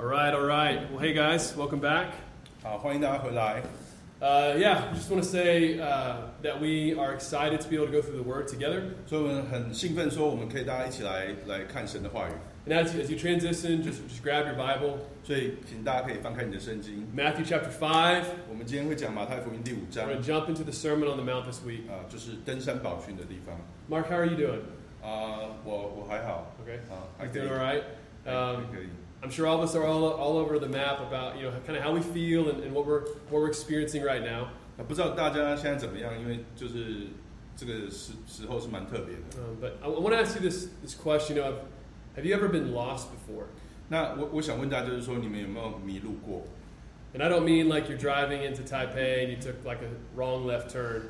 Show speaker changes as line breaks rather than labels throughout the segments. All right, all right. Well, hey guys, welcome back.
好，欢迎大家回来。
Uh, yeah, just want to say uh, that we are excited to be able to go through the Word together.
所以我们很兴奋，说我们可以大家一起来来看神的话语。
And as, as you transition, just, just grab your Bible.
所以，请大家可以翻开你的圣经。
Matthew chapter 5.
我们今天会讲马太福音第五章
We're，going to jump into the Sermon on the Mount this week.
啊、就是登山宝训的地方。
Mark, how are you doing?
啊、我我还好，
Okay.
啊、还
He's
可
doing
以
all，right.
还
Um,
可以。
I'm sure all of us are all, all over the map about you know kind of how we feel and, and what we're what we're experiencing right now.
那啊不知道大家现在怎么样？因为就是这个时时候是蛮特别的。
Um, but I, want to ask you this this question: you know, have, have you ever been lost before?
那我我想问大家，就是说你们有没有迷路过？
And I don't mean like you're driving into Taipei and you took like a wrong left turn.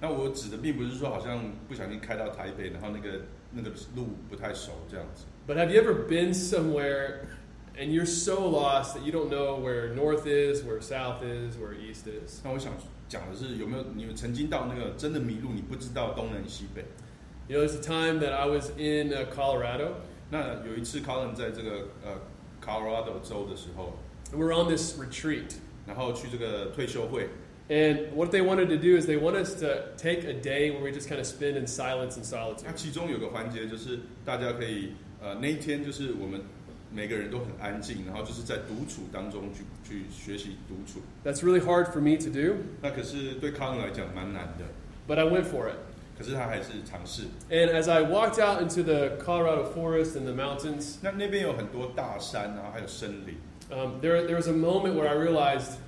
那我指的并不是说好像不小心开到台北，然后那个那个路不太熟这样子。
But have you ever been somewhere and you're so lost that you don't know where north is, where south is, where east is?
那我想讲的是，有没有你们曾经到那个真的迷路，你不知道东南西北？
You know, there's a time that I was in uh, Colorado
那有一次，Colin 在这个呃 Colorado 州的时候，
and we we're on this retreat.
然后去这个退休会，
And what they wanted to do is they want us to take a day where we just kind of spend in silence and
那
solitude.
其中有个环节就是大家可以呃那一天就是我们每个人都很安静，然后就是在独处当中去去学习独处。
That's really hard for me to do,
那可是对 Colin 来讲蛮难的，
but I went for it.
可是他还是尝试。
And as I walked out into the Colorado forest and the mountains,
那那边有很多大山，啊然后还有森林。
um, there, there was a moment where I realized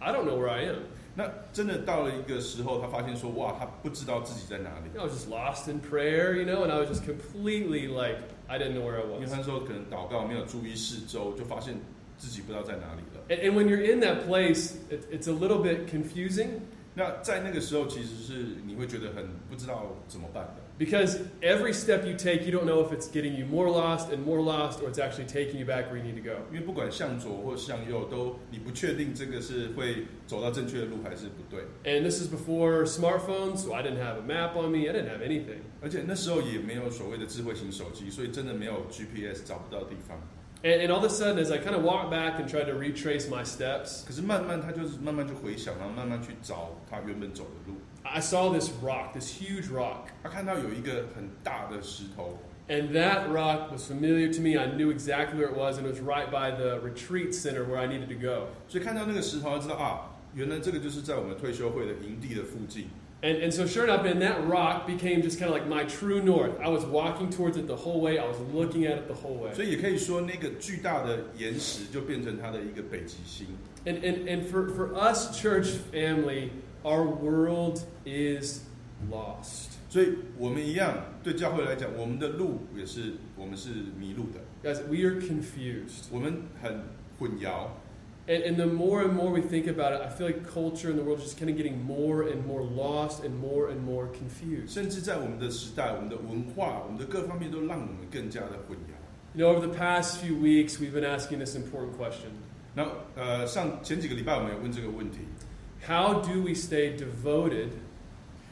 I don't know where I am.
那真的到了一个时候，他发现说哇，他不知道自己在哪里。
I was just lost in prayer, you know, and I was just completely like, I didn't know where I
因为
was.
他那时候可能祷告没有注意四周，就发现自己不知道在哪里了。
And, and when you're in that place, it, it's a little bit confusing
那在那个时候，其实是你会觉得很不知道怎么办的，
because every step you take, you don't know if it's getting you more lost and more lost or it's actually taking you back where you need to go.
因为不管向左或向右，都你不确定这个是会走到正确的路还是不对，
And this is before smartphones, so I didn't have a map on me, I didn't have anything.
而且那时候也没有所谓的智慧型手机，所以真的没有 GPS 找不到地方。
And, and all of a sudden, as I kind of walked back and tried to retrace my steps,
可是慢慢他就是慢慢就回想，然后慢慢去找他原本走的路。
I saw this rock, this huge rock.
他看到有一个很大的石头，
And that rock was familiar to me. I knew exactly where it was, and it was right by the retreat center where I needed to go.
所以看到那个石头，他知道啊，原来这个就是在我们退休会的营地的附近。
And, and so, sure enough, man, that rock became just kind of like my true north. I was walking towards it the whole way, I was looking at it the whole way.
所以也可以说，那个巨大的岩石就变成它的一个北极星。
And, and, and for, for us, church family, our world is lost.
所以我们一样，对教会来讲，我们的路也是我们是迷路的，
Guys, we are confused.
我们很混淆。
And, and the more and more we think about it, I feel like culture and the world is just kind of getting more and more lost and more and more confused.
甚至在我们的时代、我们的文化、我们的各方面，都让我们更加的混淆。
You know, over the past few weeks, we've been asking this important question
那呃，上前几个礼拜我们有问这个问题：
How do we stay devoted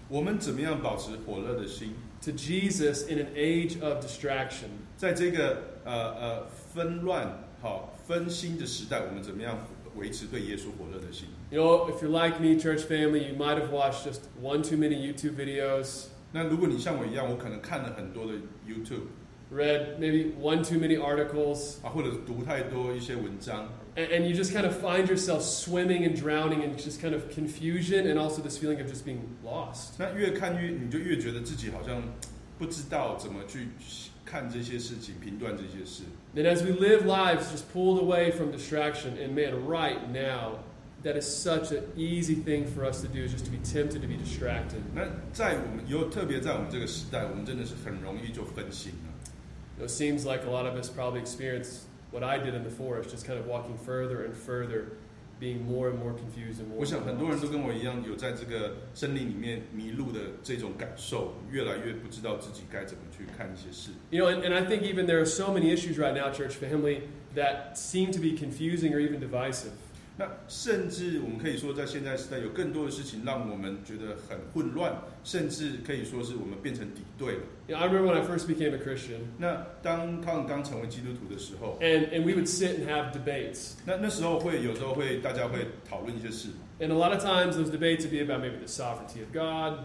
我们怎么样保持火热的心？
to Jesus in an age of distraction?
在这个呃呃纷乱、好、分心的时代，我们怎么样维持对耶稣火热的心？
You know, if you're like me, church family, you might have watched just one too many YouTube videos,
那如果你像我一样，我可能看了很多的 YouTube
read maybe one too many articles,
啊，或者读太多一些文章，
and, and you just kind of find yourself swimming and drowning in just kind of confusion and also this feeling of just being lost.
那越看越你就越觉得自己好像不知道怎么去看这些事情、评断这些事。
Then, as we live lives just pulled away from distraction, and man, right now, that is such an easy thing for us to do is just to be tempted to be distracted.
那在我们又特别在我们这个时代，我们真的是很容易就分心了。
You know, it seems like a lot of us probably experienced what I did in the forest, just kind of walking further and further, being more and more confused and more.
我想很
and
多
more
人都
lost.
跟我一样，有在这个森林里面迷路的这种感受，越来越不知道自己该怎么去看一些事。
You know, and, and I think even there are so many issues right now, church family, that seem to be confusing or even divisive.
那甚至我们可以说，在现在时代有更多的事情让我们觉得很混乱，甚至可以说是我们变成敌对了。
You know, I remember when I first became a Christian,
那当他们刚成为基督徒的时候，
and, and we would sit and have debates.
那那时候会有时候会大家会讨论一些事嘛
And a lot of times those debates would be about maybe the sovereignty of God,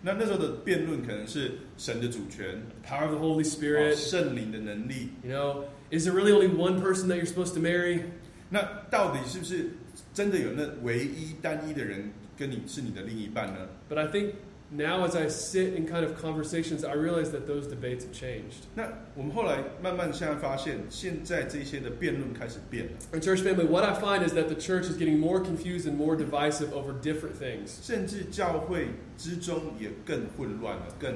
那那时候的辩论可能是神的主权、
the power of the Holy
哦
Spirit.
圣灵的能力。
You know, is there really only one person that you're supposed to marry?
那到底是不是真的有那唯一单一的人跟你是你的另一半呢？
But I think now as I sit in kind of conversations, I realize that those debates have changed.
那我们后来慢慢现在发现，现在这些的辩论开始变了，
And church family, what I find is that the church is getting more confused and more divisive over different things.
甚至教会之中也更混乱了，更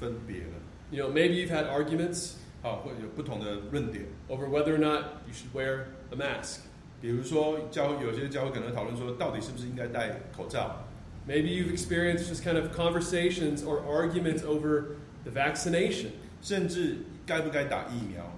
分别了。
You know, maybe you've had arguments
好，会有不同的论点，
over whether or not you should wear a mask.
比如说教会有些教会可能讨论说，到底是不是应该戴口罩？
Maybe you've experienced just kind of conversations or arguments over the vaccination.
甚至该不该打疫苗？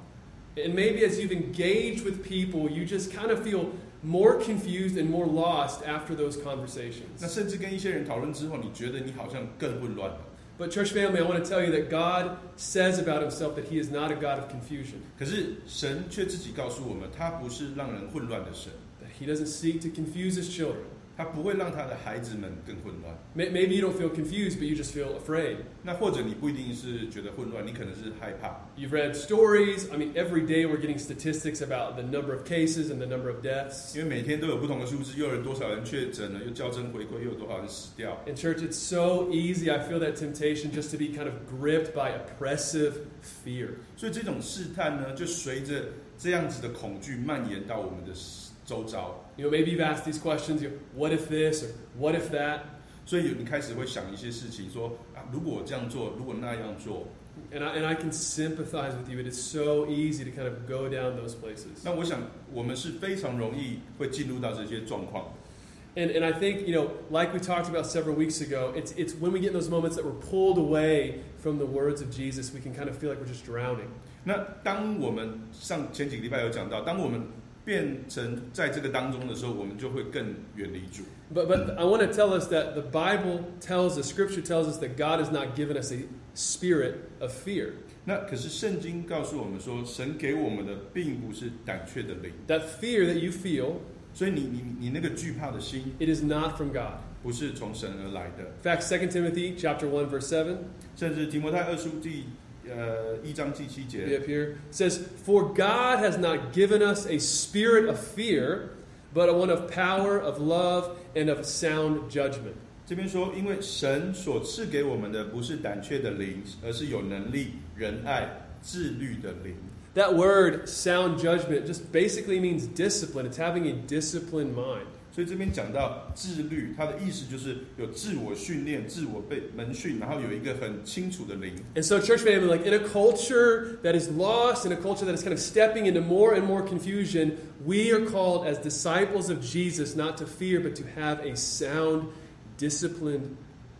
And maybe as you've engaged with people, you just kind of feel more confused and more lost after those
那
conversations.
甚至跟一些人讨论之后，你觉得你好像更混乱了。
But, church family, I want to tell you that God says about himself that he is not a God of confusion,
可是神却自己告诉我们，他不是让人混乱的神，
that he doesn't seek to confuse his children.
他不会让他的孩子们更混乱。
May- Maybe you don't feel confused, but you just feel afraid.
那或者你不一定是觉得混乱，你可能是害怕。
You've read stories. I mean, every day we're getting statistics about the number of cases and the number of deaths.
因为每天都有不同的数字，又有多少人确诊了，又校正回归，又有多少人死掉。
In church, it's so easy. I feel that temptation just to be kind of gripped by oppressive fear.
所以这种试探呢，就随着这样子的恐惧蔓延到我们的周遭。
You know, maybe you've asked these questions. You know, what if this or what if that?
所以你开始会想一些事情说，啊，如果我这样做，如果那样做，
And I, and I can sympathize with you. It is so easy to kind of go down those places.
那我想我们是非常容易会进入到这些状况。
And, and I think, you know, like we talked about several weeks ago, it's, it's when we get in those moments that we're pulled away from the words of Jesus, we can kind of feel like we're just drowning.
那当我们上前几个礼拜有讲到，当我们变成在这个当中的时候，我们就会更远离主。
But, but I want to tell us that the Bible tells us, Scripture tells us that God has not given us a spirit of fear.
那可是圣经告诉我们说，神给我们的并不是胆怯的灵，
That fear that you feel,
所以你你你那个惧怕的心
it is not from God.
不是从神而来的。
In fact, 2 Timothy chapter 1, verse 7,
甚至提摩太二书第呃一章第七
maybe
节
up here, says, For God has not given us a spirit of fear, but one of power, of love, and of sound judgment.
这边说，因为神所赐给我们的不是胆怯的灵，而是有能力、仁爱、自律的灵。
That word, sound judgment, just basically means discipline. It's having a disciplined mind.
所以这边讲到自律，它的意思就是有自我训练、自我被门训，然后有一个很清楚的灵。
And so, church family, like in a culture that is lost, in a culture that is kind of stepping into more and more confusion, we are called as disciples of Jesus not to fear, but to have a sound, disciplined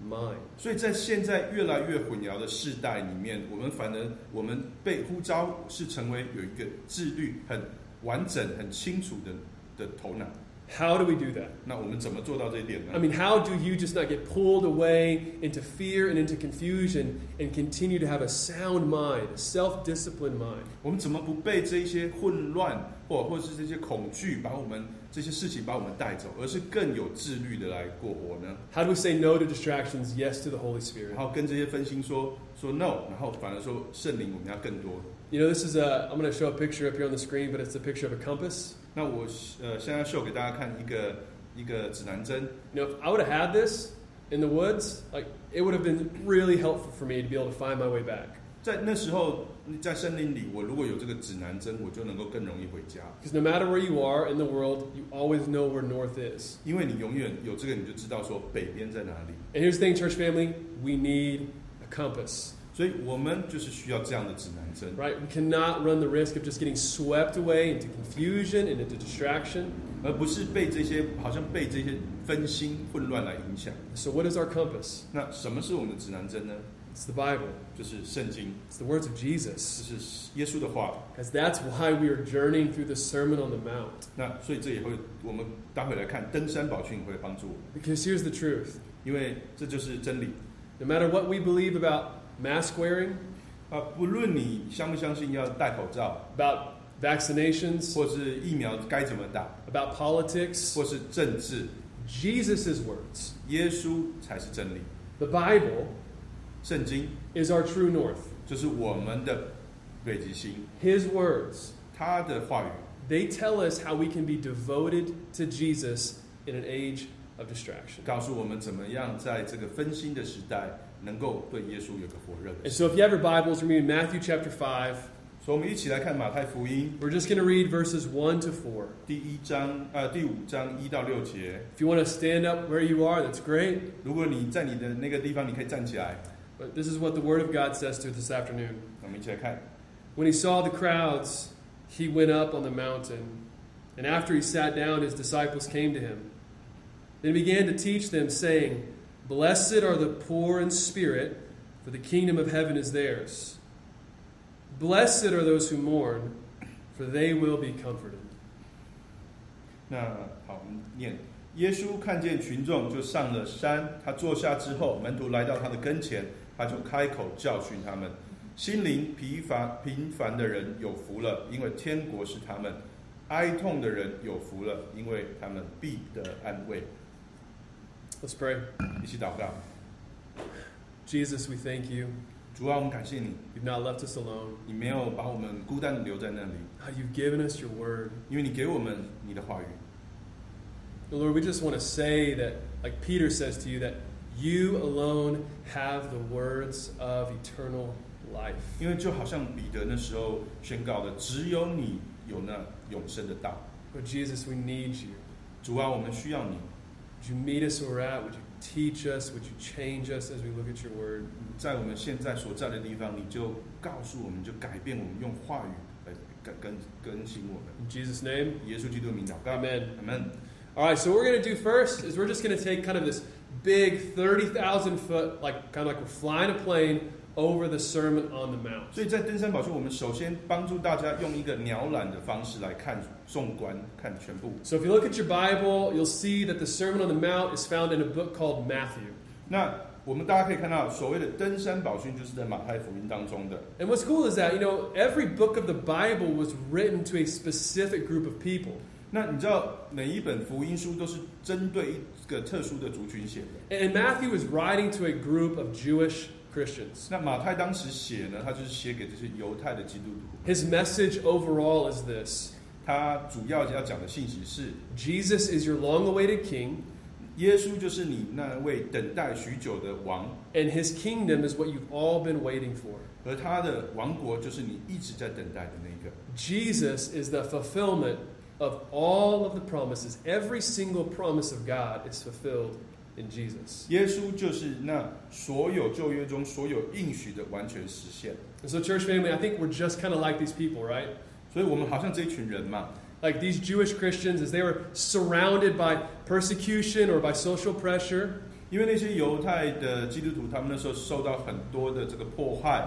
mind.
所以在现在越来越混淆的世代里面，我们反而我们被呼召是成为有一个自律、很完整、很清楚的的头脑。
How do we do that?
那我们怎么做到这一点
I
呢？
mean, how do you just not get pulled away into fear and into confusion and continue to have a sound mind, a self disciplined mind?
我们怎么不被这一些混乱或或是这些恐惧把我们这些事情把我们带走，而是更有自律的来过活呢？
How do we say no to distractions, yes to the Holy
然
Spirit?
后跟这些分心说说 no，然后反而说圣灵我们要更多。
You know, this is a, I'm going to show a picture up here on the screen, but it's a picture of a compass.
那我呃现在秀给大家看一个一个指南针。
You know, if I would have had this in the woods, like it would have been really helpful for me to be able to find my way back.
在那时候，在森林里，我如果有这个指南针，我就能够更容易回家，
Because no matter where you are in the world, you always know where north is.
因为你永远有这个，你就知道说北边在哪里。
And here's the thing, church family, we need a compass,
所以我们就是需要这样的指南针。
right? We cannot run the risk of just getting swept away into confusion and into distraction.
而不是被这些好像被这些分心混乱来影响。
So, what is our compass?
那什么是我们的指南针呢？
It's the Bible,
就是圣经，
it's the words of
这
Jesus.
是耶稣的话。
Because that's why we are journeying through the Sermon on the Mount.
那所以这也会，我们待会来看登山宝训会帮助我们，
Because here's the truth
因为这就是真理。
no matter what we believe about mask wearing,
啊，不论你相不相信要戴口罩，
about vaccinations,
或是疫苗该怎么打，
about politics,
或是政治，
Jesus' words,
耶稣才是真理。
the Bible,
圣经
is our true north.
就是我们的北极星，
His words,
他的话语
they tell us how we can be devoted to Jesus in an age of distraction.
告诉我们怎么样在这个分心的时代，能够对耶稣有个火热的
And
心。
so if you have your Bibles, we're reading Matthew chapter 5.
所以，我们一起来看马太福音
We're just going to read verses 1 to 4.
第一章，呃，第五章一到六节。
If you want to stand up where you are, that's great.
如果你在你的那个地方，你可以站起来，
But this is what the Word of God says to us this afternoon.
我们一起来看。
When he saw the crowds, he went up on the mountain. And after he sat down, his disciples came to him. Then he began to teach them, saying, Blessed are the poor in spirit, for the kingdom of heaven is theirs. Blessed are those who mourn, for they will be comforted.
那好，我们念。耶稣看见群众，就上了山。他坐下之后，门徒来到他的跟前，他就开口教训他们：心灵疲乏、平凡的人有福了，因为天国是他们；哀痛的人有福了，因为他们必得安慰。
Let's pray.
一起祷告，
Jesus, we thank you.
主啊，我们感谢你，
You've not left us alone.
你没有把我们孤单的留在那里，
How You've given us your word.
因为你给我们你的话语。
And Lord, we just want to say that, like Peter says to you, that you alone have the words of eternal life.
因为就好像彼得那时候宣告的，只有你有那永生的道。
But Jesus, we need you.
主啊，我们需要你。
Would you meet us where we're at? Would you teach us? Would you change us as we look at your word?
在我们现在所在的地方，你就告诉我们，就改变我们，用话语来更更更新我们。
In Jesus' name,
耶稣基督的名祷告，
amen.
阿门。
All right, so what we're going to do first is we're just going to take kind of this big 30,000 foot, like kind of like we're flying a plane over the Sermon on the Mount.
所以在登山宝训，我们首先帮助大家用一个鸟览的方式来看纵观，看全部。
So if you look at your Bible, you'll see that the Sermon on the Mount is found in a book called Matthew.
那我们大家可以看到，所谓的登山宝训，就是在马太福音当中的。
And what's cool is that, you know, every book of the Bible was written to a specific group of people.
那你知道每一本福音书都是针对一个特殊的族群写的。
And Matthew is writing to a group of Jewish Christians.
那马太当时写呢，他就是写给这些犹太的基督徒。
His message overall is this
他主要要讲的信息是
Jesus is your long awaited king,
耶稣就是你那位等待许久的王，
and his kingdom is what you've all been waiting for.
而他的王国就是你一直在等待的那个。
Jesus is the fulfillment of all of the promises. Every single promise of God is fulfilled in Jesus.
耶稣就是那所有旧约中所有应许的完全实现。
And so, church family, I think we're just kind of like these people, right?
所以我们好像这一群人嘛，
Like these Jewish Christians, as they were surrounded by persecution or by social pressure,
因为那些犹太的基督徒，他们那时候受到很多的这个迫害，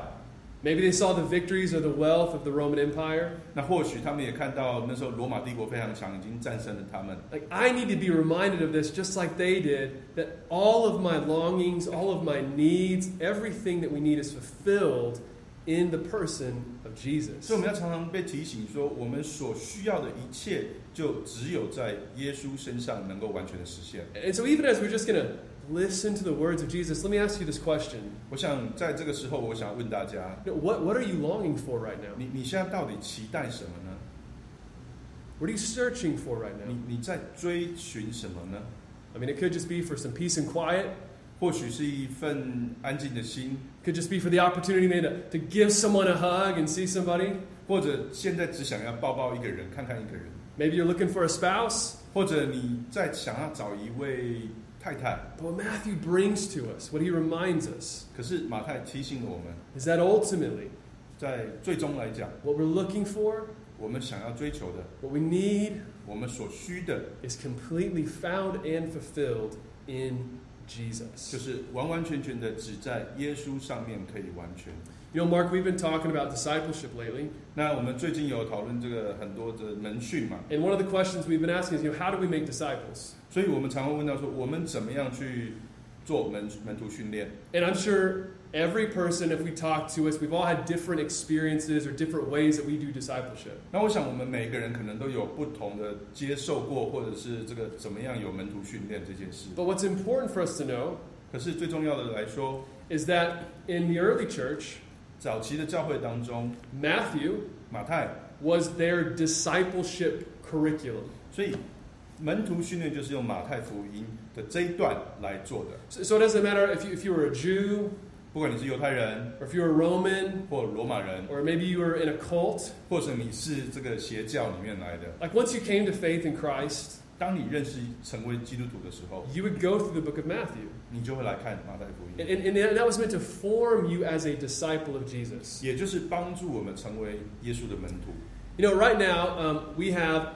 maybe they saw the victories or the wealth of the Roman Empire.
那或许他们也看到那时候罗马帝国非常强，已经战胜了他们。
Like, I need to be reminded of this just like they did that all of my longings, all of my needs, everything that we need is fulfilled in the person of Jesus.
所以我们要常常被提醒说，我们所需要的一切，就只有在耶稣身上能够完全的实现。
And so, even as we're just going to listen to the words of Jesus, let me ask you this question
我想在这个时候，我想问大家，
You know, what, what are you longing for right now?
你你现在到底期待什么呢？
What are you searching for right
你
now?
你在追寻什么呢？
I mean, it could just be for some peace and quiet.
或许是一份安静的心，
Could just be for the opportunity, man, to, to give someone a hug and see somebody.
或者现在只想要抱抱一个人，看看一个人，
Maybe you're looking for a spouse.
或者你在想要找一位太太。
But what Matthew brings to us, what he reminds us,
可是马太提醒了我们，
is that ultimately
在最终来讲，
what we're looking for,
我们想要追求的，
what we need,
我们所需的，
is completely found and fulfilled in Jesus.
就是完完全全的只在耶稣上面可以完全。
You know, Mark, we've been talking about discipleship lately,
那我们最近有讨论这个很多的门训嘛，
and one of the questions we've been asking is, you know, how do we make disciples?
所以我们常会问到说，我们怎么样去做门门徒训练？
And I'm sure every person, if we talk to us, we've all had different experiences or different ways that we do discipleship.
那我想我们每个人可能都有不同的接受过，或者是这个怎么样有门徒训练这件事。
But what's important for us to know
可是最重要的来说，
is that in the early church,
早期的教会当中，
Matthew
马太，
was their discipleship curriculum.
所以门徒训练就是用马太福音的这一段来做的。
So, so it doesn't matter if you, if you were a Jew
不管你是犹太人
or if you were a Roman
或罗马人，
or maybe you were in a cult.
或者你是这个邪教里面来的，
Like once you came to faith in Christ,
当你认识成为基督徒的时候，
you would go through the book of Matthew.
你就会来看马太福
And,
音，
and, and that was meant to form you as a disciple of Jesus.
也就是帮助我们成为耶稣的门徒。
You know, right now, um, we have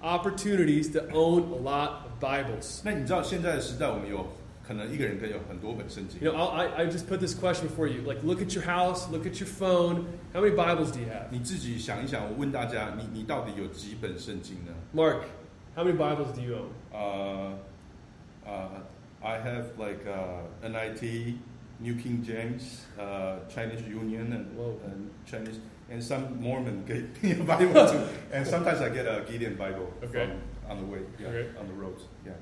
opportunities to own a lot of Bibles.
那你知道现在的时代，我们有可能一个人可以有很多本圣经
You。know, I'll, I, I just put this question for you. Like, look at your house, look at your phone. How many Bibles do you have?
你自己想一想，我问大家，你你到底有几本圣经呢？
Mark, how many Bibles do you own?
呃呃，I have like、NIT, uh, New King James, 呃、Chinese Union and
Whoa.
and Chinese and some Mormon get a Bible too, and sometimes I get a Gideon Bible
Okay.
from- on the way, yeah,
Okay.
on the roads, yeah.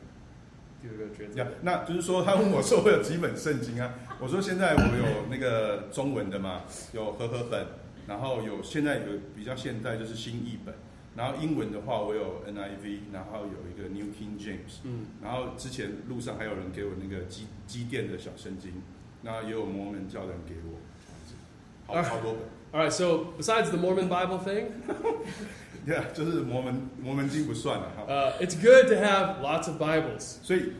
Do you go translate?
Yeah，那就是说，他问我说我有几本圣经啊？ 我说现在我有那个中文的嘛，有和合本，然后有现在有比较现代就是新译本，然后英文的话我有 NIV，然后有一个 New King James，
Mm.
然后之前路上还有人给我那个机机电的小圣经，那也有摩门教人给我，这
啊
样子好好多本。
All right, so besides the Mormon Bible thing,
对啊，就是摩门摩门经不算了、哈，
uh, it's good to have lots of Bibles.
所以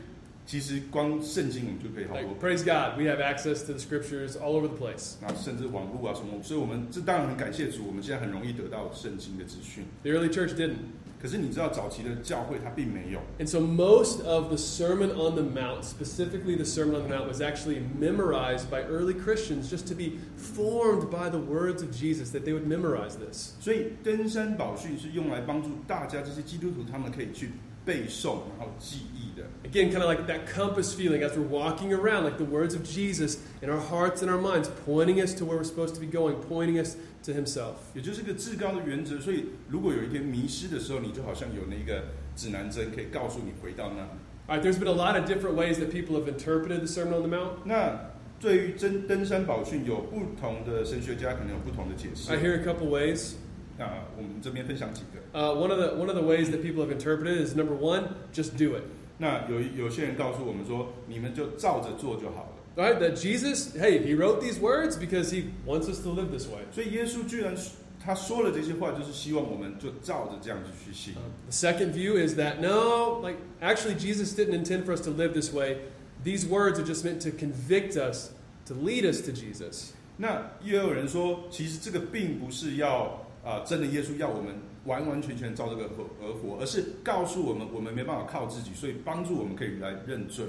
其实光圣经我们就可以好多
Like,
本。
praise God, we have access to the scriptures all over the place.
然后甚至网络啊什么，所以我们这当然很感谢主，我们现在很容易得到圣经的资讯。
The early church didn't.
可是你知道早期的教会它并没有，
And so most of the Sermon on the Mount, specifically the Sermon on the Mount, was actually memorized by early Christians just to be formed by the words of Jesus, that they would memorize this.
所以登山宝训是用来帮助大家这些基督徒他们可以去背诵，然后记忆的。
Again, kind of like that compass feeling as we're walking around, like the words of Jesus in our hearts and our minds, pointing us to where we're supposed to be going, pointing us to Himself.
也就是一个至高的原则，所以如果有一天迷失的时候，你就好像有那个指南针，可以告诉你回到那里。
All right, there's been a lot of different ways that people have interpreted the Sermon on the Mount.
那对于登登山宝训，有不同的神学家可能有不同的解释
I。hear a couple ways.
那我们这边分享几个。
Uh, one of the one of the ways that people have interpreted is number one, just do it.
那有有些人告诉我们说，你们就照着做就好了。
All right, that Jesus, hey, he wrote these words because he wants us to live this way.
所以耶稣居然他说了这些话，就是希望我们就照着这样子去行
Uh,。the second view is that no, like actually Jesus didn't intend for us to live this way. These words are just meant to convict us, to lead us to Jesus.
那又有人说，其实这个并不是要啊、真的耶稣要我们完完全全照这个活而活，而是告诉我们我们没办法靠自己，所以帮助我们可以来认罪。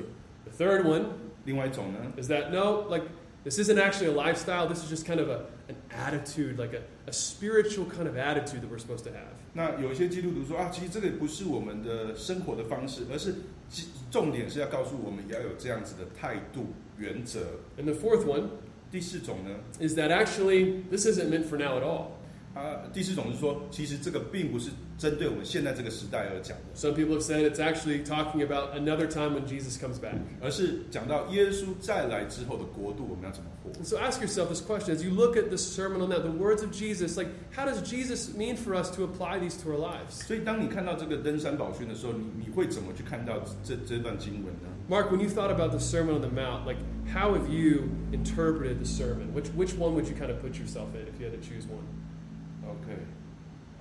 The third one
另外一种呢，
is that no, like this isn't actually a lifestyle. This is just kind of a, an attitude, like a, a spiritual kind of attitude that we're supposed to have.
那有一些基督徒说啊，其实这个不是我们的生活的方式，而是其重点是要告诉我们要有这样子的态度原则。
And the fourth one
第四种呢，
is that actually this isn't meant for now at all.
啊，第四种是说，其实这个并不是针对我们现在这个时代而讲的，
Some people have said it's actually talking about another time when Jesus comes back.
而是讲到耶稣再来之后的国度，我们要怎么活。
And so ask yourself this question as you look at the Sermon on that, the words of Jesus, like how does Jesus mean for us to apply these to our lives?
所以，当你看到这个登山宝训的时候，你你会怎么去看到这这段经文呢？
Mark, when you thought about the Sermon on the Mount, like how have you interpreted the sermon? Which which one would you kind of put yourself in if you had to choose one?
OK，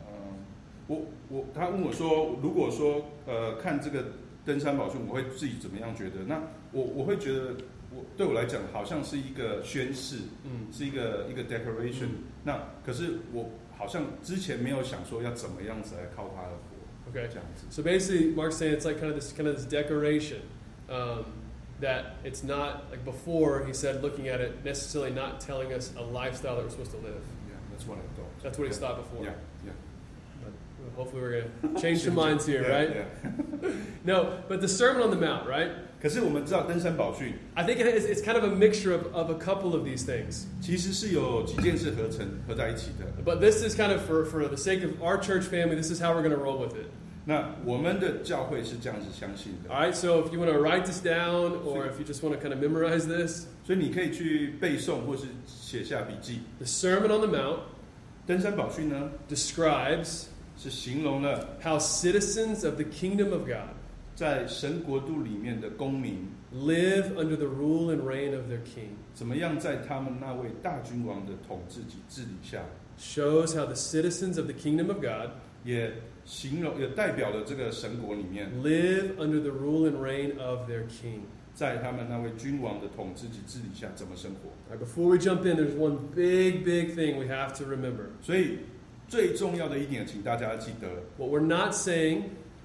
嗯，我我他问我说，如果说呃看这个登山宝训，我会自己怎么样觉得？那我我会觉得，我对我来讲好像是一个宣誓，
Mm.
是一个一个 declaration、
嗯
那可是我好像之前没有想说要怎么样子来靠它而活，
Okay.
这样子。
So basically Mark's saying it's like kind of this kind of this decoration. Um, that it's not like before he said looking at it necessarily not telling us a lifestyle that we're supposed to live.
Yeah, that's what I thought.
That's what he
yeah.
thought before.
Yeah, yeah.
But hopefully we're gonna change some minds here,
Yeah,
right?
yeah.
No, but the Sermon on the Mount, right?
可是我们知道登山宝训
I think it is, it's kind of a mixture of, of a couple of these things.
其实是有几件事合成合在一起的。
But this is kind of for, for the sake of our church family, this is how we're gonna roll with it.
那我们的教会是这样子相信的，
Alright, so if you wanna write this down or if you just wanna kind of memorize this,
所以你可以去背诵或是写下笔记。
the Sermon on the Mount
登山宝训呢，
describes
是形容了
how citizens of the kingdom of God
在神国度里面的公民
live under the rule and reign of their king.
怎么样在他们那位大君王的统治及治理下，
Shows how the citizens of the kingdom of God
也形容也代表了这个神国里面，
live under the rule and reign of their king.
在他们那位君王的统治及治理下怎么生活。
All right, before we jump in, there's one big, big thing we have to remember.
所以最重要的一点，请大家记得，
What we're not saying,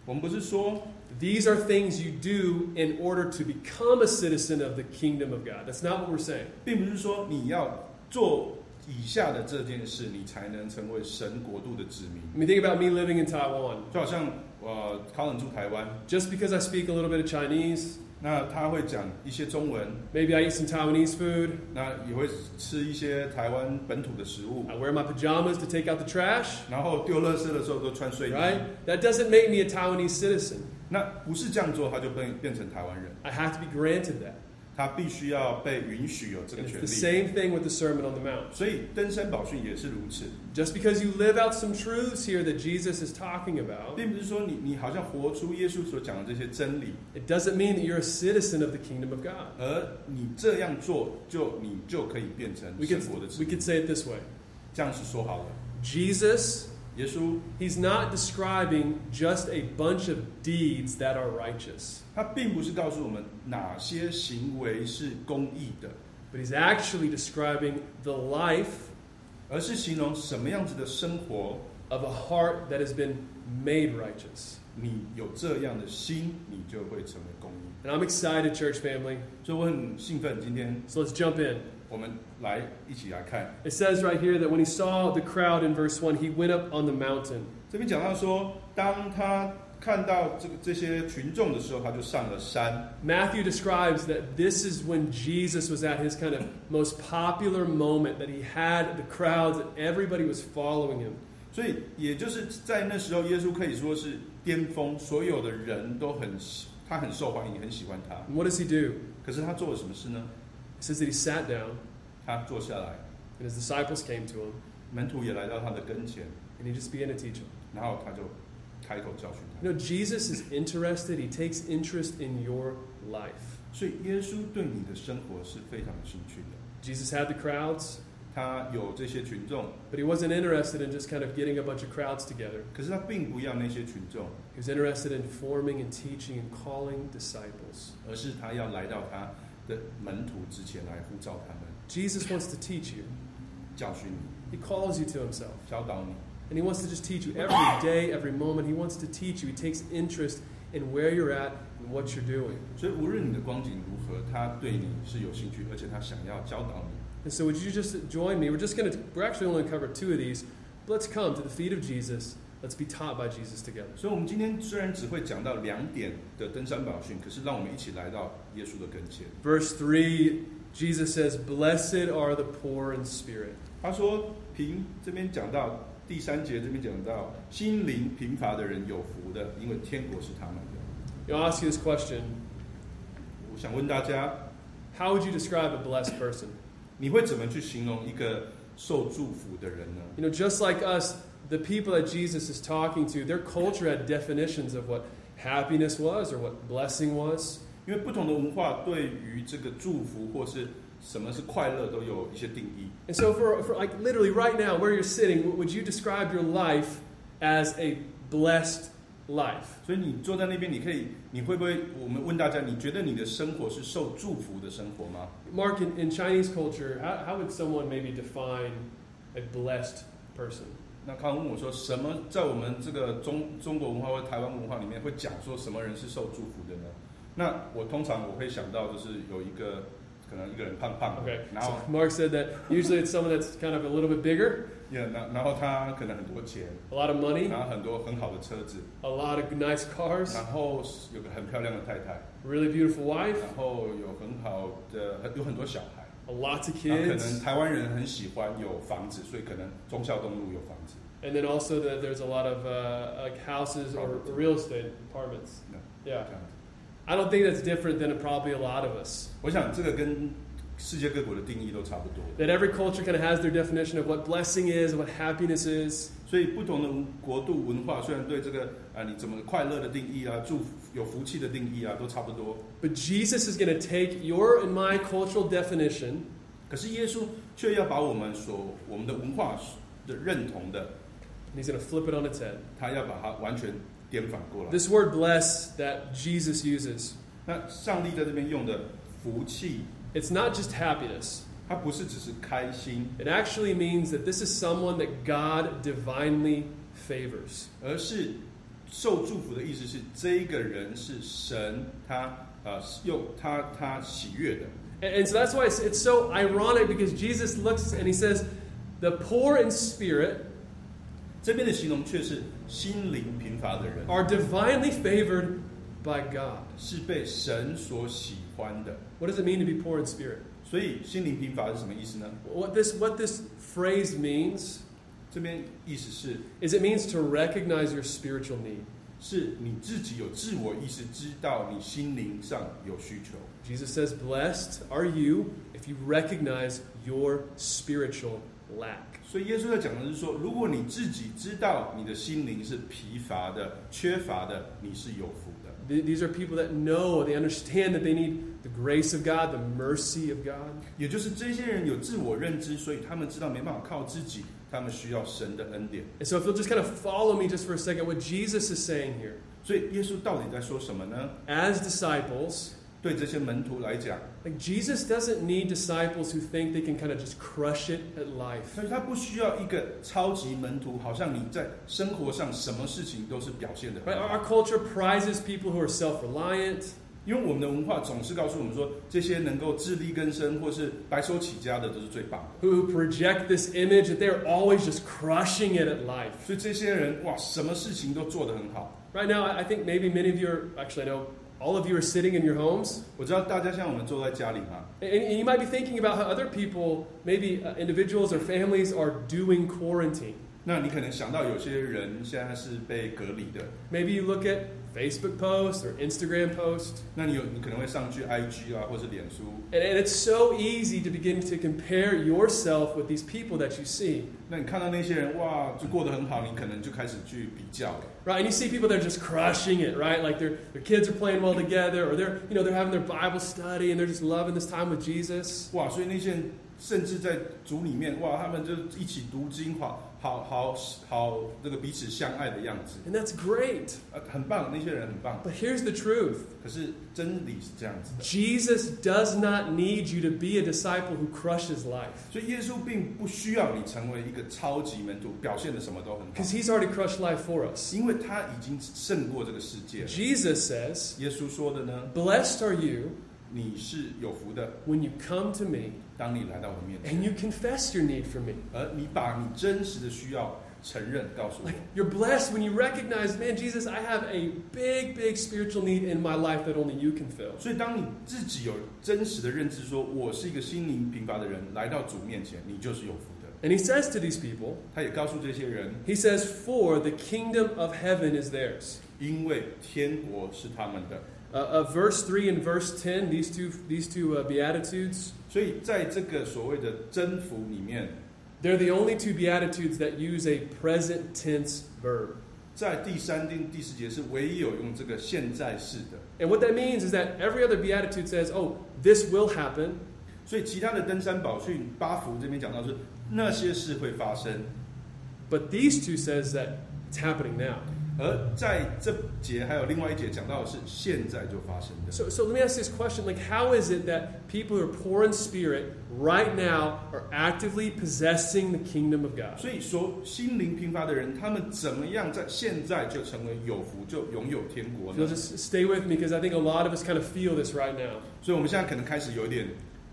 我们不是说
these are things you do in order to become a citizen of the kingdom of God. That's not what we're saying.
并不是说你要做以下的这件事，你才能成为神国度的子民。
I mean, think about me living in Taiwan.
就好像呃，考冷住台湾，
Just because I speak a little bit of Chinese,
那他会讲一些中文，
maybe I eat some Taiwanese food,
那也会吃一些台湾本土的食物，
I wear my pajamas to take out the trash,
然后丢垃圾的时候都穿睡衣。
right? That doesn't make me a Taiwanese citizen.
那不是这样做，他就变变成台湾人，
I have to be granted that.
他必须要被允许有这
And
个
it's
权
the
利。
same thing with the Sermon on the Mount.
所以登山宝训也是如此，
Just because you live out some truths here that Jesus is talking about,
并不是说你你好像活出耶稣所讲的这些真理，
it doesn't mean that you're a citizen of the kingdom of God.
而你这样做，就你就可以变成
We
神
could,
国的子
we
民。
could say it this way
这样是说好了，
Jesus,
耶稣
he's not describing just a bunch of deeds that are righteous,
他并不是告诉我们哪些行为是公义的，
but he's actually describing the life
而是形容什么样子的生活，
of a heart that has been made righteous.
你有这样的心，你就会成为公义。
And I'm excited, church family.
所以我很兴奋，今天
So let's jump in.
我们来一起来看
It says right here that when he saw the crowd in verse 1, he went up on the mountain.
这边讲到说，当他看到这个这些群众的时候，他就上了山。
Matthew describes that this is when Jesus was at his kind of most popular moment, that he had the crowds and everybody was following him.
所以也就是在那时候，耶稣可以说是巅峰，所有的人都很喜他很受欢迎，很喜欢他。
And what does he do?
可是他做了什么事呢？
It says that he sat down
他坐下来，
and his disciples came to him
门徒也来到他的跟前，
and he just began to teach them.
然后他就开口教训他。
You know, Jesus is interested, he takes interest in your life.
所以耶稣对你的生活是非常有兴趣的，
Jesus had the crowds,
他有这些群众，
but he wasn't interested in just kind of getting a bunch of crowds together.
可是他并不要那些群众，
He was interested in forming and teaching and calling disciples.
而是他要来到他的门徒之前来呼召他们，
Jesus wants to teach you.
教训你，
He calls you to himself.
教导你。
And he wants to just teach you every day, every moment. He wants to teach you. He takes interest in where you're at and what you're doing.
所以无论你的光景如何，他对你是有兴趣，而且他想要教导你。
And so would you just join me? We're just going to we're actually only going to cover two of these. But let's come to the feet of Jesus. Let's be taught by Jesus together.
所以，我们今天虽然只会讲到两点的登山宝训，可是让我们一起来到耶稣的跟前。
Verse 3, Jesus says, "Blessed are the poor in spirit."
他说：“贫这边讲到第三节，这边讲到心灵贫乏的人有福的，因为天国是他们的。
You know, I'll ask you this question. ”
我想问大家，
How would you describe a blessed person?
你会怎么去形容一个受祝福的人呢？
You know, just like us, the people that Jesus is talking to, their culture had definitions of what happiness was or what blessing was.
因为不同的文化对于这个祝福或是什么是快乐都有一些定义。
And so, for, for like literally right now, where you're sitting, w- would you describe your life as a blessed life?
所以你坐在那边，你可以，你会不会？我们问大家，你觉得你的生活是受祝福的生活吗？
Mark, in, in Chinese culture, how, how would someone maybe define a blessed person?
那康问我说，什么在我们这个中中国文化或台湾文化里面会讲说什么人是受祝福的呢？那我通常我会想到就是有一个可能一个人胖胖的
Okay.
然后
So Mark said that usually it's someone that's kind of a little bit bigger,
也然然后他可能很多钱，
a lot of money,
然后很多很好的车子，
a lot of nice cars,
然后有个很漂亮的太太，
really beautiful wife,
然后有很好的很有很多小孩，
lots of
然后可能
kids,
台湾人很喜欢有房子，所以可能忠孝东路有房子。
and then also that there's a lot of uh, like houses or
Property.
real estate apartments.
那
Yeah,
这样子
I don't think that's different than probably a lot of us.
我想这个跟世界各国的定义都差不多，
That every culture kind of has their definition of what blessing is and what happiness is.
所以不同的国度文化虽然对这个啊你怎么快乐的定义啊，祝福有福气的定义啊都差不多，
But Jesus is going to take your and my cultural definition
可是耶稣却要把我们所我们的文化的认同的，
and he's going to flip it on its head.
他要把它完全颠反过来。
This word bless that Jesus uses,
嗯那上帝在这边用的福气，
it's not just happiness.
它不是只是开心，
It actually means that this is someone that God divinely favors.
而是受祝福的意思是这一个人是神他呃用他他喜悦的。
And, and so that's why it's, it's so ironic because Jesus looks and he says, The poor in spirit
这边的形容却是心灵贫乏的人
are divinely favored by God.
是被神所喜欢的。
What does it mean to be poor in spirit?
所以心灵贫乏是什么意思呢？
What this, what this phrase means
这边意思是
is it means to recognize your spiritual need.
是你自己有自我意识，知道你心灵上有需求。
Jesus says, Blessed are you if you recognize your spiritual lack.
所以耶稣在讲的是说，如果你自己知道你的心灵是疲乏的、缺乏的，你是有福的。
Th- These are people that know, they understand that they need the grace of God, the mercy of God.
也就是这些人有自我认知，所以他们知道没办法靠自己，他们需要神的恩典。
And so, if you'll just kind of follow me just for a second, what Jesus is saying here
所以耶稣到底在说什么呢？
as disciples,
对这些门徒来讲，
like Jesus doesn't need disciples who think they can kind of just crush it at life.
所以他不需要一个超级门徒，好像你在生活上什么事情都是表现的
Right?
很
Our,
好。
our culture prizes people who are self reliant,
因为我们的文化总是告诉我们说，这些能够自力更生或是白手起家的都是最棒的。
who project this image that they're always just crushing it at life.
所以这些人哇，什么事情都做得很好。
Right now, I I think maybe many of you are, actually, I know all of you are sitting in your homes.
我知道大家像我们坐在家里嘛，
And, and you might be thinking about how other people, maybe uh, individuals or families, are doing quarantine.
那你可能想到有些人现在是被隔离的，
Maybe you look at Facebook posts or Instagram posts,
那你有你可能会上去 IG 啊，或是脸书，
and, and it's so easy to begin to compare yourself with these people that you see.
那你看到那些人哇，就过得很好，你可能就开始去比较了。
Right, and you see people that are just crushing it, right? Like their their kids are playing well together, or they're you know they're having their Bible study and they're just loving this time with Jesus.
哇，所以那些人甚至在组里面哇，他们就一起读经，好好好好这个彼此相爱的样子，
And that's great.
呃，很棒，那些人很棒。
But here's the truth.
可是真理是这样子的，
Jesus does not need you to be a disciple who crushes life
所以耶稣并不需要你成为一个超级门徒，表现的什么都很好
because，he's already crushed life for us.
因为他已经胜过这个世界了。
Jesus says,
耶稣说的呢，
Blessed are you
你是有福的，
when you come to me
当你来到我面前
and，you confess your need for me.
而你把你真实的需要承认告诉我
Like,。you're blessed when you recognize, man, Jesus, I have a big, big spiritual need in my life that only you can fill.
所以，当你自己有真实的认知说，我是一个心灵贫乏的人，来到主面前，你就是有福的。
And he says to these people,
他也告诉这些人，
He says, For the kingdom of heaven is theirs.
因为天国是他们的。
Uh, uh, verse 3 and verse 10, these two, these two uh, Beatitudes,
所以，在这个所谓的征服里面，
they're the only two Beatitudes that use a present tense verb.
在第三定第四节是唯一有用这个现在式的。
And what that means is that every other Beatitude says, Oh, this will happen.
所以，其他的登山宝训八福这边讲到是那些事会发生，
But these two says that it's happening now.
而在这节还有另外一节讲到的是现在就发生的。
So, so let me ask this question: Like, how is it that people who are poor in spirit right now are actively possessing the kingdom of God?
所以说，心灵贫乏的人，他们怎么样在现在就成为有福，就拥有天国
If you'll
呢？
just stay with me, because I think a lot of us kind of feel this right now.
所以我们现在可能开始有一点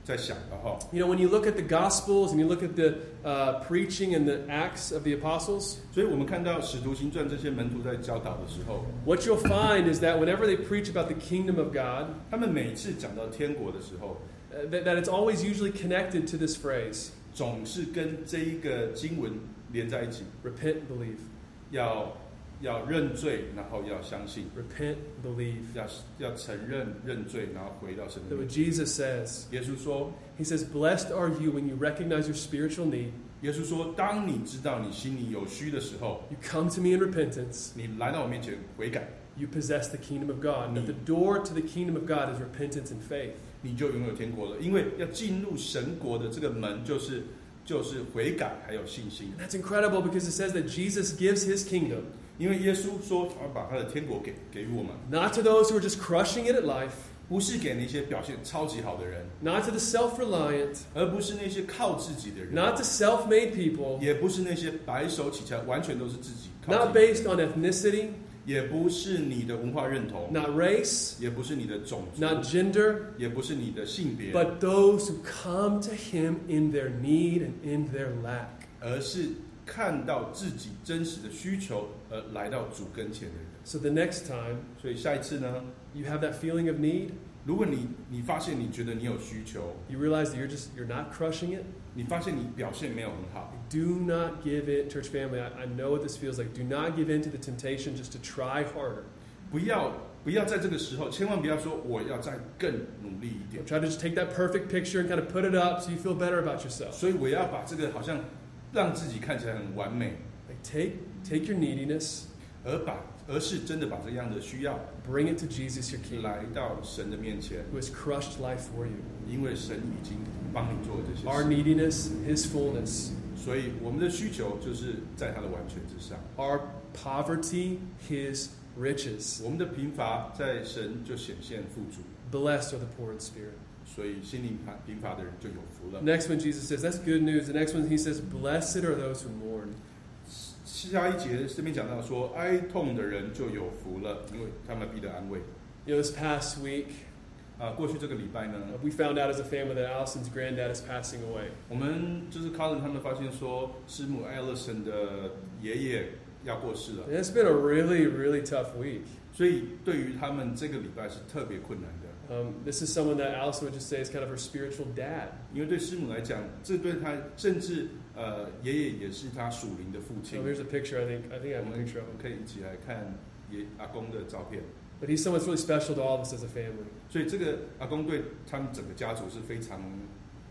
在想了哈。
You know, when you look at the Gospels and you look at the uh, preaching and the acts of the apostles,
所以我们看到《使徒行传》这些门徒在教导的时候，
what you'll find is that whenever they preach about the kingdom of God,
他们每次讲到天国的时候，
uh, that, that it's always usually connected to this phrase
总是跟这一个经文连在一起，
repent and believe.
要要认罪，然后要相信，
Repent, and believe.
要要承认认罪，然后回到神
That
的
what
面前。
Jesus says,
耶稣说，
He says, Blessed are you when you recognize your spiritual need.
耶稣说，当你知道你心里有虚的时候，
You come to me in repentance.
你来到我面前悔改，
You possess the kingdom of God. That the door to the kingdom of God is repentance and faith.
你就拥有天国了。因为要进入神国的这个门，就是就是悔改还有信心。
And that's incredible because it says that Jesus gives hhis kingdom
因为耶稣说，他把他的天国给给予我们，
not to those who are just crushing it at life,
不是给那些表现超级好的人，
not to the self reliant,
而不是那些靠自己的人，
not to self made people,
也不是那些白手起家，完全都是自己靠
not
自己
based on ethnicity,
也不是你的文化认同，
not race,
也不是你的种族，
not gender,
也不是你的性别，
but those who come to him in their need and in their lack.
而是看到自己真实的需求而来到主跟前的人。
So the next time
所以下一次呢，
you have that feeling of need,
如果你你发现你觉得你有需求，
you realize that you're just you're not crushing it.
你发现你表现没有很好，
Do not give in, church family. I, I know what this feels like. Do not give in to the temptation just to try harder.
不要不要在这个时候，千万不要说我要再更努力一点
Don't。try to just take that perfect picture and kind of put it up so you feel better about yourself.
所以我要把这个好像让自己看起来很完美，
Like take take your neediness,
而把而是真的把这样的需要
bring it to Jesus your King,
来到神的面前，
who has crushed life for you.
因为神已经帮你做了这些
Our
事，
neediness, His fullness.
所以我们的需求就是在他的完全之上，
Our poverty, His riches.
我们的贫乏在神就显现富足，
Blessed are the poor in spirit.
所以心灵贫贫乏的人就有福了。
Next one, Jesus says, that's good news. The next one, He says, blessed are those who mourn.
下一节这边讲到说，哀痛的人就有福了，因为他们必得安慰。
You know, this past week,
啊，过去这个礼拜呢，
uh, we found out as a family that Allison's granddad is passing away.
我们就是 Colin 他们发现说，师母 Alison 的爷爷要过世了，
And it's been a really, really tough week.
所以对于他们这个礼拜是特别困难的，
Um, this is someone that Allison would just say is kind of her spiritual dad.
因为对师母来讲，这对他甚至呃爷爷也是他属灵的父
So
亲。
here's a picture. I think I think I
Yeah, 我
have a
们
picture of
我
him.
们可以一起来看爷阿公的照片，
But he's someone that's really special to all of us as a family.
所以这个阿公对他们整个家族是非常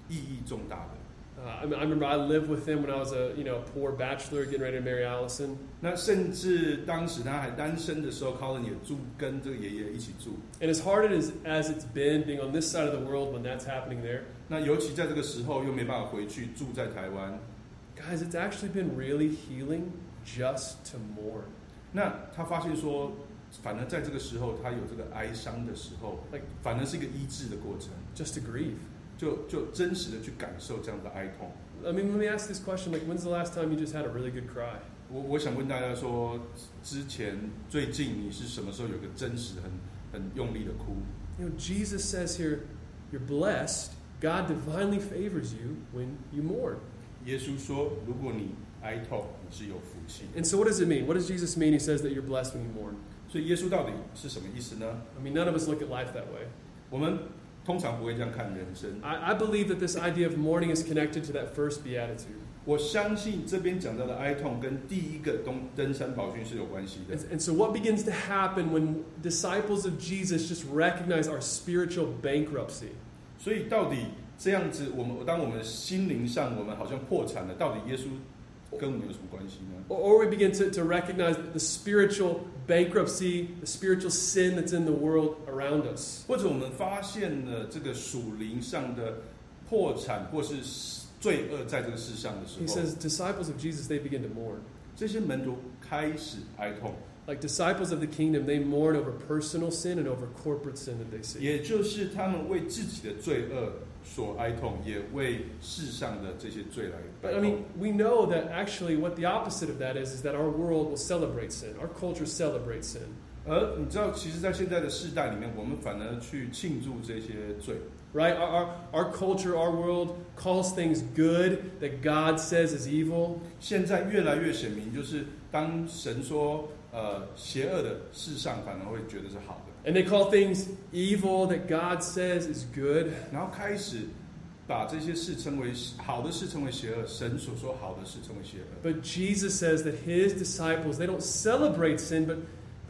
意义重大的。
Uh, I, mean, I remember I lived with him when I was a you know poor bachelor getting ready to marry Allison,
那甚至当时他还单身的时候，Colin 也住跟这个爷爷一起住。
and as hard it is as it's been being on this side of the world when that's happening there,
那尤其在这个时候又没办法回去，住在台湾，
guys, it's actually been really healing just to mourn.
那他发现说，反而在这个时候，他有这个哀伤的时候，
Like
反而是一个医治的过程，
just to grieve.
就就真实的去感受这样的哀痛。
I mean, let me ask this question: like, when's the last time you just had a really good cry?
我我想问大家说，之前最近你是什么时候有个真实很很用力的哭？
You know, Jesus says here, you're blessed. God divinely favors you when you mourn.
耶稣说，如果你哀痛，你是有福气。
And so, what does it mean? What does Jesus mean? He says that you're blessed when you mourn.
所以耶稣到底是什么意思呢？
I mean, none of us look at life that way.
我们通常不会这样看人生。
I, I believe that this idea of mourning is connected to that first beatitude.
我相信这边讲到的哀痛跟第一个登登山宝训是有关系的
And,。and so, what begins to happen when disciples of Jesus just recognize our spiritual bankruptcy?
所以到底这样子，我们当我们心灵上我们好像破产了，到底耶稣跟我们有什么关系呢？
Or, or we begin to, to recognize the spiritual bankruptcy, the spiritual sin that's in the world around us.
或者我们发现了这个属灵上的破产或是罪恶在这个世上的时
He
候，
says, disciples of Jesus, they begin to mourn.
这些门徒开始哀痛，
Like disciples of the kingdom, they mourn over personal sin and over corporate sin that they see.
也就是他们为自己的罪恶所哀痛，也为世上的这些罪来
But
悲
I
痛
mean,。we know that actually what the opposite of that is is that our world will celebrate sin. Our culture celebrates sin,
而你知道，其实，在现在的世代里面，我们反而去庆祝这些罪。
right? Our, our, our culture, our world calls things good that God says is evil.
现在越来越显明，就是当神说呃邪恶的，世上反而会觉得是好的，
And they call things evil that God says is good.
然后开始把这些事称为好的事称为邪恶，神所说好的事称为邪恶。
But Jesus says that his disciples, they don't celebrate sin, but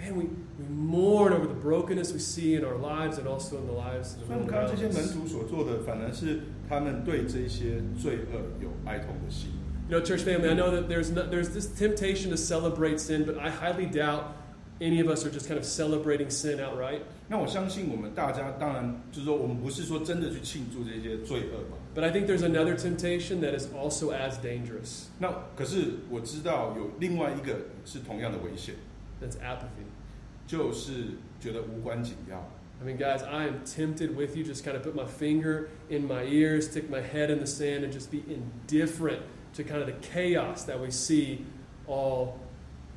man, we, we mourn over the brokenness we see in our lives and also in the lives of
所
the
以我们
world around
看到这些门
us.
徒所做的，反而是他们对这些罪恶有哀痛的心。
You know, church family, I know that there's, no, there's this temptation to celebrate sin, but I highly doubt any of us are just kind of celebrating sin outright.
那我相信我们大家，当然就是说，我们不是说真的去庆祝这些罪恶嘛。
But I think there's another temptation that is also as dangerous.
那可是我知道有另外一个是同样的危险，
That's apathy.
就是觉得无关紧要。
I mean, guys, I am tempted with you. Just kind of put my finger in my ear, stick my head in the sand, and just be indifferent to kind of the chaos that we see all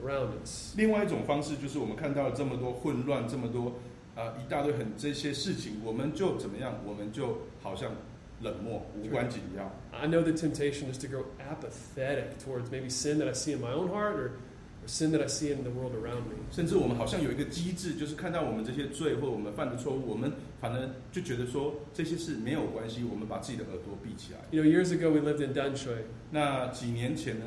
around us.
另外一种方式就是我们看到了这么多混乱，这么多呃一大堆很这些事情，我们就怎么样？我们就好像冷漠，无关紧要。
I know the temptation is to grow apathetic towards maybe sin that I see in my own heart or, or sin that I see in the world around me.
甚至我们好像有一个机制，就是看到我们这些罪或我们犯的错误，我们反而就觉得说这些事没有关系，我们把自己的耳朵闭起来。
You know, years ago we lived in Danshui,
那几年前呢，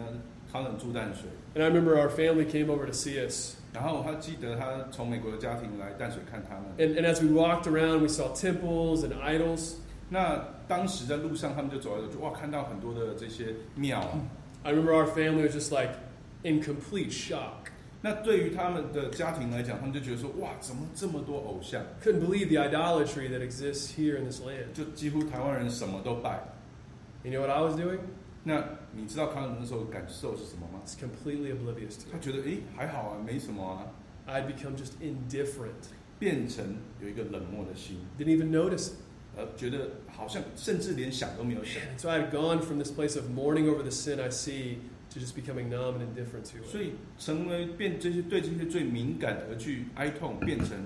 康冷住淡水，
and I remember our family came over to see us.
然后他记得他从美国的家庭来淡水看他们。
And, and as we walked around, we saw temples and idols.
那当时在路上，他们就走来走去，哇，看到很多的这些庙啊。
I remember our family was just like in complete shock.
那对于他们的家庭来讲，他们就觉得说，哇，怎么这么多偶像？
couldn't believe the idolatry that exists here in this land.
就几乎台湾人什么都拜。
You know what I was doing?
那你知道康冷那时候感受是什么吗？
It's completely oblivious to
他
it.
觉得，诶，还好啊，没什么啊，
I'd become just indifferent.
变成有一个冷漠的心，
Didn't even notice it.
呃，觉得好像甚至连想都没有想。
And so I had gone from this place of mourning over the sin I see to just becoming numb and indifferent to
所
it.
以成为变这些对这些最敏感而去哀痛，变成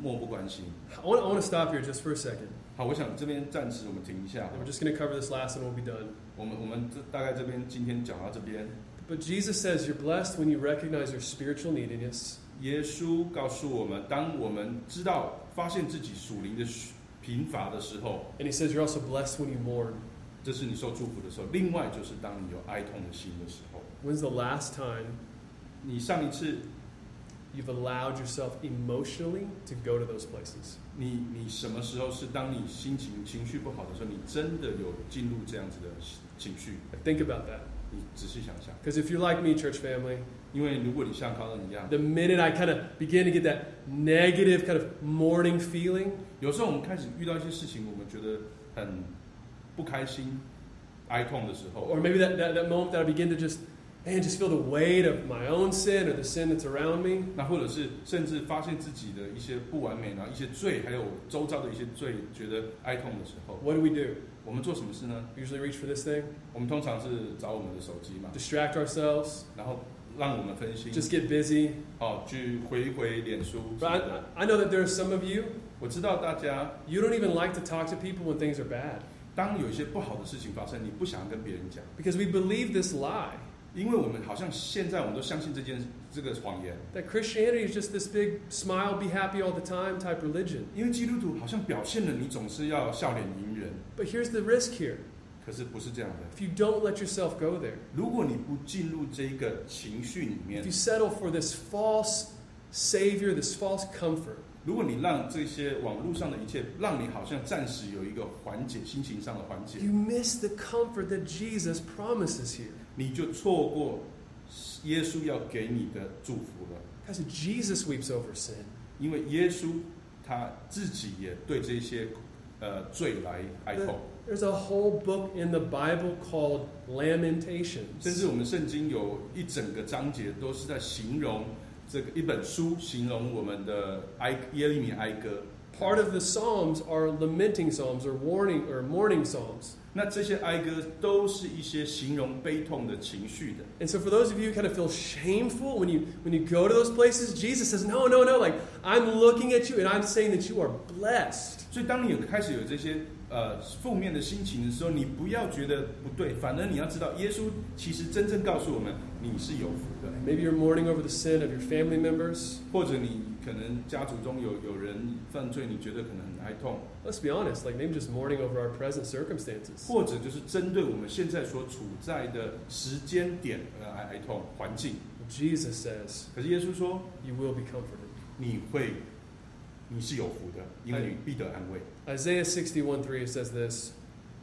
漠不关心。
I want, I want to stop here just for a second.
好，我想这边暂时我们停一下
And，we're just going to cover this last and we'll be done.
我们我们这大概这边今天讲到这边。
But Jesus says you're blessed when you recognize your spiritual neediness
耶稣告诉我们，当我们知道发现自己属灵的贫乏的时候，
and he says you're also blessed when you mourn.
这是你受祝福的时候。另外就是当你有哀痛的心的时候，
When's the last time
你上一次
you've allowed yourself emotionally to go to those places?
你你什么时候是当你心情情绪不好的时候，你真的有进入这样子的情绪？
Think about that.
你仔细想想，
Because if you're like me, church family,
因为如果你像高人一样，
the minute I kind of begin to get that negative kind of mourning feeling,
有时候我们开始遇到一些事情，我们觉得很不开心、哀痛的时候，
or maybe that, that, that moment that I begin to just, man, just feel the weight of my own sin or the sin that's around me,
那或者是甚至发现自己的一些不完美，然啊后一些罪，还有周遭的一些罪，觉得哀痛的时候，
what do we do?
我们做什么事呢？
We usually reach for this thing,
我们通常是找我们的手机嘛，
distract ourselves,
然后让我们分心，
just get busy.
哦，去回一回脸书什
But I,
么的。
I know that there are some of you,
我知道大家
you don't even like to talk to people when things are bad
当有一些不好的事情发生，你不想跟别人讲，
because we believe this lie
因为我们好像现在我们都相信这件这个谎言，
that Christianity is just this big smile, be happy all the time type religion.
因为基督徒好像表现了你总是要笑脸迎人，
But here's the risk here
可是不是这样的。
if you don't let yourself go there,
如果你不进入这一个情绪里
If
面
you，settle for this false savior, this false comfort,
如果你让这些网络上的一切，让你好像暂时有一个缓解心情上的缓解，
you miss the comfort that Jesus promises here.
你就错过耶稣要给你的祝福了。
Guys, Jesus weeps over sin.
因为耶稣他自己也对这些呃罪来哀痛。
There's a whole book in the Bible called
甚
Lamentations.
至我们圣经有一整个章节都是在形容这个一本书形容我们的哀耶利米哀歌。
Part of the Psalms are lamenting Psalms or warning or mourning Psalms.
那这些哀歌都是一些形容悲痛的情绪的。
And so for those of you who kind of feel shameful when you when you go to those places, Jesus says, No, no, no, like I'm looking at you and I'm saying that you are blessed.
所以，当你有开始有这些呃负面的心情的时候，你不要觉得不对，反而你要知道，耶稣其实真正告诉我们，你是有福的。
Maybe you're mourning over the sin of your family members.
或者你可能家族中有有人犯罪，你觉得可能很哀痛，
Let's be honest, like maybe just mourning over our present circumstances.
或者就是针对我们现在所处在的时间点呃哀哀痛环境。
Jesus says,
可是耶稣说，
You will be comforted.
你会，你是有福的，因为你必得安慰。
Isaiah 61 3 says this.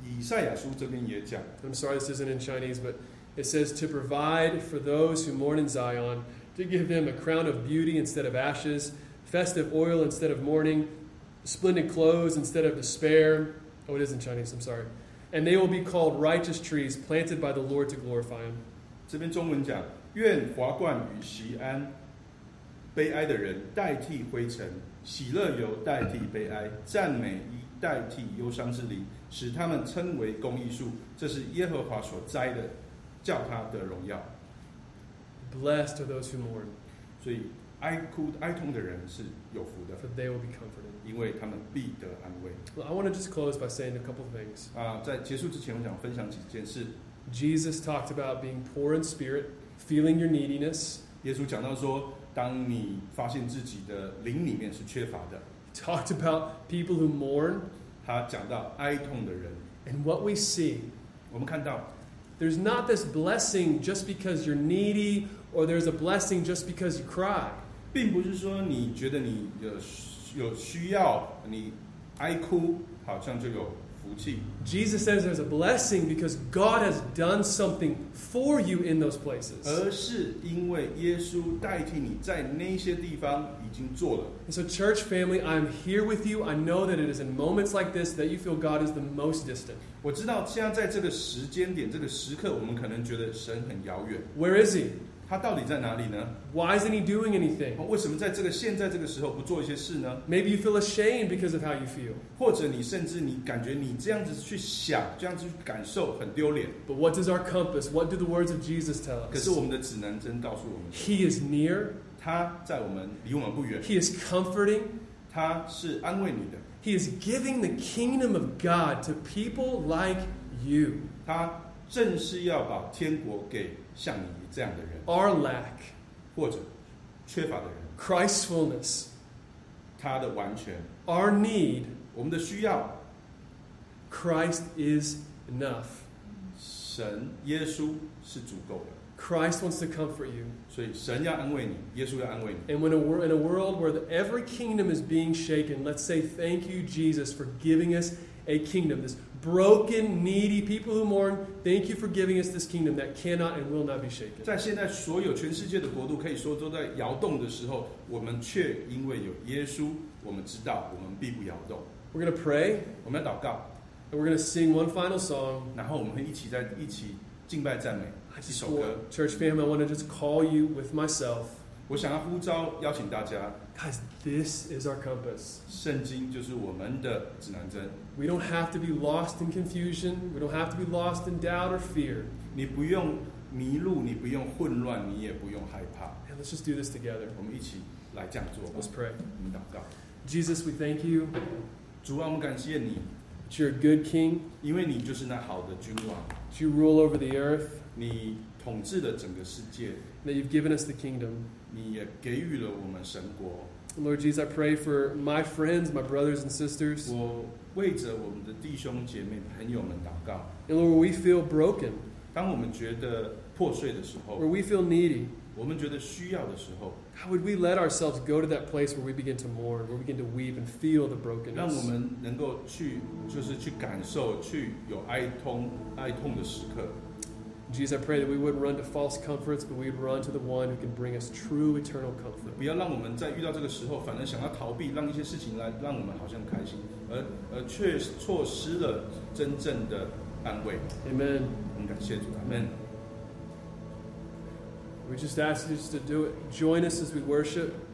以赛亚书这边也讲，
I'm sorry this isn't in Chinese, but it says to provide for those who mourn in Zion, to give them a crown of beauty instead of ashes, festive oil instead of mourning, splendid clothes instead of despair. Oh, it is in Chinese, I'm sorry. And they will be called righteous trees planted by the Lord to glorify him.
这边中文讲，愿华冠与席安，悲哀的人代替灰尘，喜乐由代替悲哀，赞美以代替忧伤之灵，使他们称为公义树。这是耶和华所栽的，叫他的荣耀。
Blessed are those who mourn,
所以哀哭哀痛的人是有福的，
for they will be comforted.
因为他们必得安慰。
Well, I want to just close by saying a couple things.
啊、在结束之前，我想分享几件事。
Jesus talked about being poor in spirit, feeling your neediness.
耶稣讲到说，当你发现自己的灵里面是缺乏的，
He talked about people who mourn.
他讲到哀痛的人，
And what we see
我们看到
There's not this blessing just because you're needy, or there's a blessing just because you cry.
并不是说你觉得你有需有需要，你哀哭好像就有福气。
Jesus says there's a blessing because God has done something for you in those places.
而是因为耶稣代替你在那些地方已经做了。
And so, church family, I'm here with you. I know that it is in moments like this that you feel God is the most distant.
我知道现在在这个时间点、这个时刻，我们可能觉得神很遥远，
Where is He?
他到底在哪里呢？
Why isn't He doing anything?
为什么在这个现在这个时候不做一些事呢？
Maybe you feel ashamed because of how you feel.
或者你甚至你感觉你这样子去想，这样子去感受很丢脸。
But what does our compass, what do the words of Jesus tell
可是我
us?
们的指南针告诉我们，
He is near,
他在我们离我们不远，
He is comforting,
他是安慰你的，
He is giving the kingdom of God to people like you.
他正是要把天国给像你这样的人，
Our lack,
或者缺乏的人，
Christ's fullness,
他的完全，
our need,
我们的需要，
Christ is enough.
神耶稣是足够的。
Christ wants to comfort you.
所以神要安慰你，耶稣要安慰你。
And when a wor- in a world where the, every kingdom is being shaken, let's say thank you, Jesus, for giving us a kingdom. This broken, needy people who mourn, thank you for giving us this kingdom that cannot and will not be shaken.
在现在所有全世界的国度可以说都在摇动的时候，我们却因为有耶稣，我们知道我们必不摇动。
We're going to pray
我们要祷告，
and we're going to sing one final song.
然后我们会一起在一起敬拜赞美
I
一
just
首歌。
want, church family, I want to just call you with myself.
我想要呼召邀请大家，
Guys, this is our compass.
圣经就是我们的指南针。
We don't have to be lost in confusion. We don't have to be lost in doubt or fear.
你不用迷路，你不用混乱，你也不用害怕。
And let's just do this together.
我们一起来这样做吧
Let's pray.
我们祷告，
Jesus, we thank you
主啊，我们感谢你，
that you're a good king,
因为你就是那好的君王，
that you rule over the earth,
你统治了整个世界，
that you've given us the kingdom.
你也给予了我们神国。
And Lord Jesus, I pray for my friends, my brothers and sisters.
我为着我们的弟兄姐妹朋友们祷告，
And Lord, where we feel broken,
当我们觉得破碎的时候
where，we feel needy,
我们觉得需要的时候，
how would we let ourselves go to that place where we begin to mourn, where we begin to weep and feel the
让我
brokenness?
们能够去，就是去感受，去有哀痛、哀痛的时刻。
Jesus, I pray that we wouldn't run to false comforts, but we'd run to the one who can bring us true eternal comfort.
不要让我们在遇到这个时候，反而想要逃避，让一些事情来让我们好像开心，而而却错失了真正的安慰。
Amen.
我们感谢主，阿门。
We just ask you just to do it. Join us as we worship.